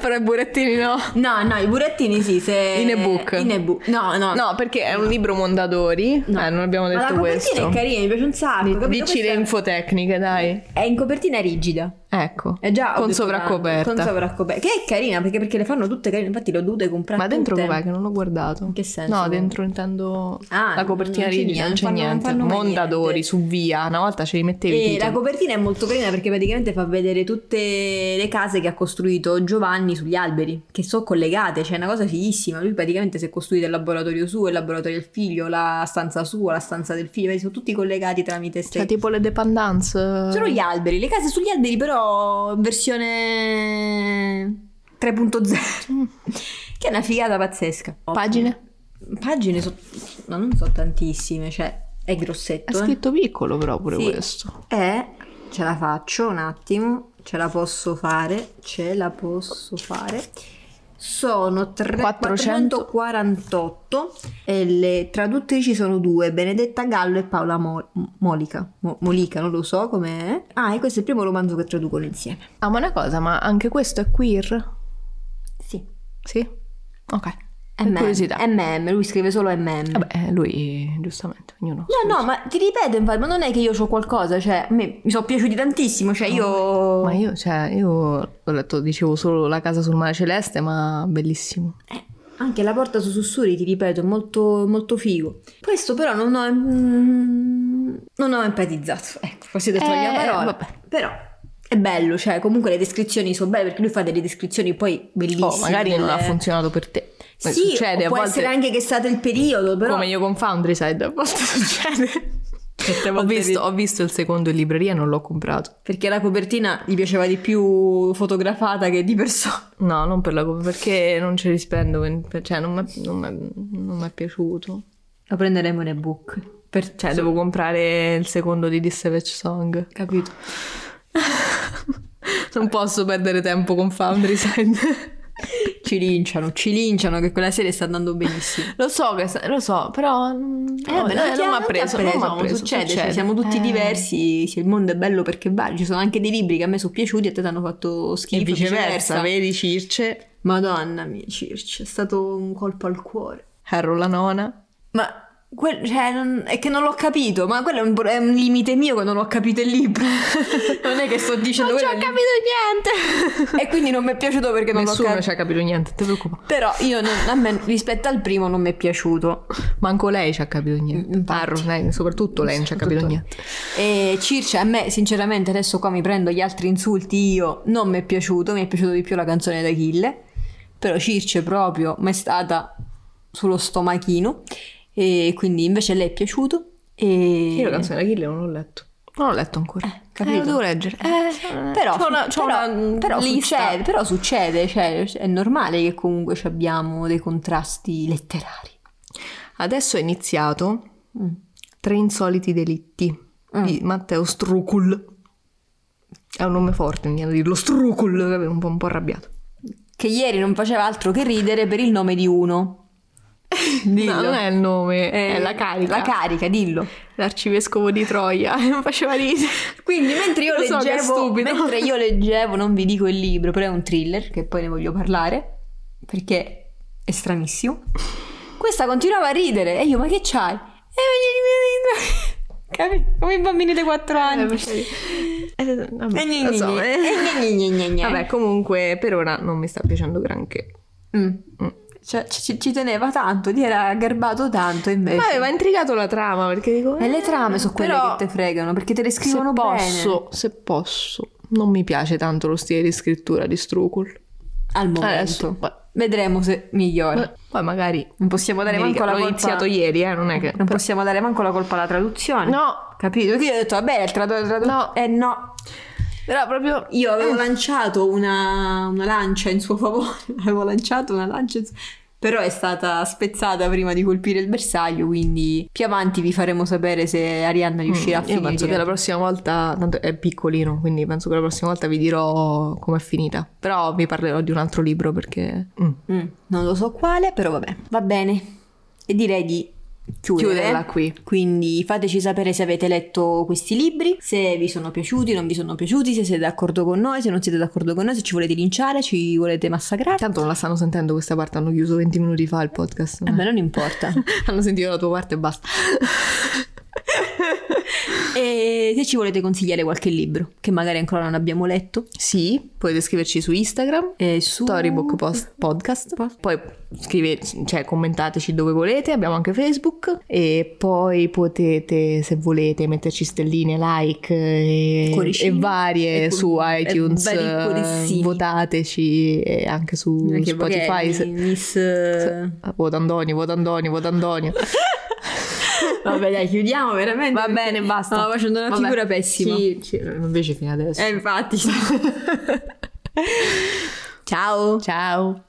Però i burattini no.
No, no, i burattini sì, se...
In ebook.
In ebook. No, no.
No, perché è un libro Mondadori.
No.
Eh, non abbiamo
Ma la
detto
copertina
questo.
è carina, mi piace un sacco. capito?
Dici
Questa
le infotecniche, dai.
È in copertina rigida.
Ecco.
È Eh, già ho
Con
detto
sovraccoperta.
grande, Con sovraccoperta. Che è carina perché, perché le fanno tutte carine, infatti le ho dovute comprare.
Ma dentro
tutte.
com'è che non ho guardato?
In che senso?
No, dentro intendo
Ah,
la copertina
non c'è
di
niente,
non c'è
non fanno- non
niente.
fanno mai
Mondadori
niente.
su via, una volta ce li mettevi. i
E
titoli.
la copertina è molto carina perché praticamente fa vedere tutte le case che ha costruito Giovanni sugli alberi, che sono collegate, cioè è una cosa fighissima. Lui praticamente si è costruito il laboratorio suo, il laboratorio del figlio, la stanza sua, la stanza del figlio, vedi, sono tutti collegati tramite ste...
Cioè, tipo le dependance.
Sono gli alberi, le case sugli alberi però in versione 3.0,
Mm.
che è una figata pazzesca.
Oh, Pagine?
Pagine so- no, non so tantissime, cioè è
È
grossetto. eh.
scritto piccolo però pure
Sì.
questo.
Eh, ce la faccio un attimo, ce la posso fare, ce la posso fare. Sono tre-
400.
448 e le traduttrici sono due, Benedetta Gallo e Paola Mo- Molica. Mo- Molica, non lo so com'è. Ah, e questo è il primo romanzo che traducono insieme.
Ah, ma una cosa, ma anche questo è queer?
Sì.
Sì? Ok. Per
MM,
curiosità.
MM, lui scrive solo MM.
Vabbè, eh, lui giustamente, ognuno.
No, no, ma ti ripeto, infatti, ma non è che io ho qualcosa, cioè, a me mi sono piaciuti tantissimo, cioè io...
Ma io, cioè, io ho letto, dicevo solo La casa sul mare celeste, ma bellissimo.
Eh, anche la porta su sussurri, ti ripeto, è molto, molto figo. Questo però non ho, mm, non ho empatizzato, ecco, forse ho detto la mia
Eh,
parola.
vabbè.
Però è bello, cioè comunque le descrizioni sono belle perché lui fa delle descrizioni poi bellissime.
Oh, magari non ha
delle-
funzionato per te. Ma
eh. Sì,
succede
o
a
può
volte.
essere anche che è stato il periodo, però...
Come io con Foundryside, a volte succede. ho, visto, ho visto il secondo in libreria e non l'ho comprato.
Perché la copertina gli piaceva di più fotografata che di persona.
No, non per la cover, perché non ci rispendo, per- cioè non mi non m'è- non m'è piaciuto.
La prenderemo in ebook. Per...
Cioè, devo comprare il secondo di This Savage Song.
Capito.
Non posso perdere tempo con Foundryside.
Ci linciano, ci linciano che quella serie sta andando benissimo.
Lo so, che, sa- lo so, però mm,
Eh,
no,
beh,
eh,
non, ti
non
ha-
mi ha
non ti
preso, non mi ha preso,
succede, cioè, siamo tutti
Eh.
diversi, sì, il mondo è bello perché varia, ci sono anche dei libri che a me sono piaciuti e a te ti hanno fatto schifo,
E viceversa, vedi Circe,
Madonna mia, Circe, è stato un colpo al cuore.
Harrow la nona.
Ma quel- cioè, non- è che non l'ho capito, ma quello è un, pro- è un limite mio che non ho capito il libro. non è che sto dicendo
Non ci ho
quello è il-
capito niente!
E quindi non mi è piaciuto perché non l'ho
Nessuno
capito.
ci ha capito niente, ti preoccupa.
Però io non- a me, rispetto al primo non mi è piaciuto.
Manco lei ci ha capito niente.
Infatti.
Harrow, lei- soprattutto lei non ci ha capito
Soprattutto-
niente.
E Circe, a me sinceramente adesso qua mi prendo gli altri insulti io, non mi è piaciuto, mi è piaciuta di più la canzone d'Achille, però Circe proprio mi è stata sullo stomachino e quindi invece a lei è piaciuto e...
Io la canzone d'Achille non l'ho letto. Non l'ho letto ancora.
Eh, capito.
Eh, lo devo leggere. Eh,
Però,
c'ho una, c'ho
però-
una
però
lista.
succede, però succede, cioè, è normale che comunque ci abbiamo dei contrasti letterari.
Adesso è iniziato
Mm.
Tre insoliti delitti di Matteo Strucul. È un nome forte, mi viene da dirlo. Strucul, vabbè, un po', un po' arrabbiato.
Che ieri non faceva altro che ridere per il nome di uno. Dillo.
No, non è il nome,
Eh,
è la carica.
La carica, dillo.
L'arcivescovo di Troia. Non faceva ridere.
Quindi mentre io,
Lo so che è
leggevo,
stupido.
mentre io leggevo, non vi dico il libro, però è un thriller che poi ne voglio parlare perché è stranissimo. Questa continuava a ridere e io, ma che c'hai? E Capito? Come i bambini dei 4
Eh,
anni.
faceva ridere. Eh, vabbè,
Eh,
lo so,
gni,
eh.
gni, gni, gni, gni.
Vabbè, comunque, per ora non mi sta piacendo granché.
Mm.
Mm.
Cioè, ci, ci- ci teneva tanto, ti era garbato tanto invece.
Ma aveva intrigato la trama perché dico.
E le
eh,
trame sono quelle
però
che te fregano perché te le scrivono
se posso,
bene.
se posso. Non mi piace tanto lo stile di scrittura di Strucul.
Al momento.
Adesso, poi-
Vedremo se migliora.
Beh, Poi magari.
Non possiamo dare
mi
manco
ricordo,
la
l'ho
colpa.
iniziato ieri, eh, non è che.
Non possiamo dare manco la colpa alla traduzione.
No,
Capito? Perché io ho detto, vabbè, il traduttore.
No.
Eh no. Eh.
però proprio. Mm.
Io avevo lanciato una, una lancia in suo favore. Avevo lanciato una lancia. in suo- Però è stata spezzata prima di colpire il bersaglio. Quindi più avanti vi faremo sapere se Arianna riuscirà a
Io
finire.
penso che Mm. la prossima volta. Tanto è piccolino, quindi penso che la prossima volta vi dirò com'è finita. Però vi parlerò di un altro libro perché. Mm.
Mm, non lo so quale, però vabbè. Va bene. E direi di chiudere.
Chiuderla qui.
Quindi fateci sapere se avete letto questi libri, se vi sono piaciuti, non vi sono piaciuti, se siete d'accordo con noi, se non siete d'accordo con noi, se ci volete linciare, ci volete massacrare.
Tanto non la stanno sentendo questa parte, hanno chiuso 20 minuti fa il
Ah,
podcast.
A me non importa.
Hanno sentito la tua parte e basta.
E se ci volete consigliare qualche libro che magari ancora non abbiamo letto,
Sì, potete scriverci su Instagram,
eh, su...
Storybook Post- Podcast. Poi scrive, cioè, commentateci dove volete, abbiamo anche Facebook. E poi potete, se volete, metterci stelline, like e,
Cuoricini.
e varie
E cu-
su
e
iTunes.
vari
eh,
cuoricini.
votateci e anche su
Perché
Spotify.
magari
se-
Miss...
se- ah, Vota Antonio, vota Antonio, vota Antonio.
Vabbè, dai, chiudiamo veramente.
Va
perché
bene, basta.
Stavo facendo una
Vabbè.
figura pessima.
Sì, sì, invece fino adesso.
Eh, infatti. Ciao.
Ciao.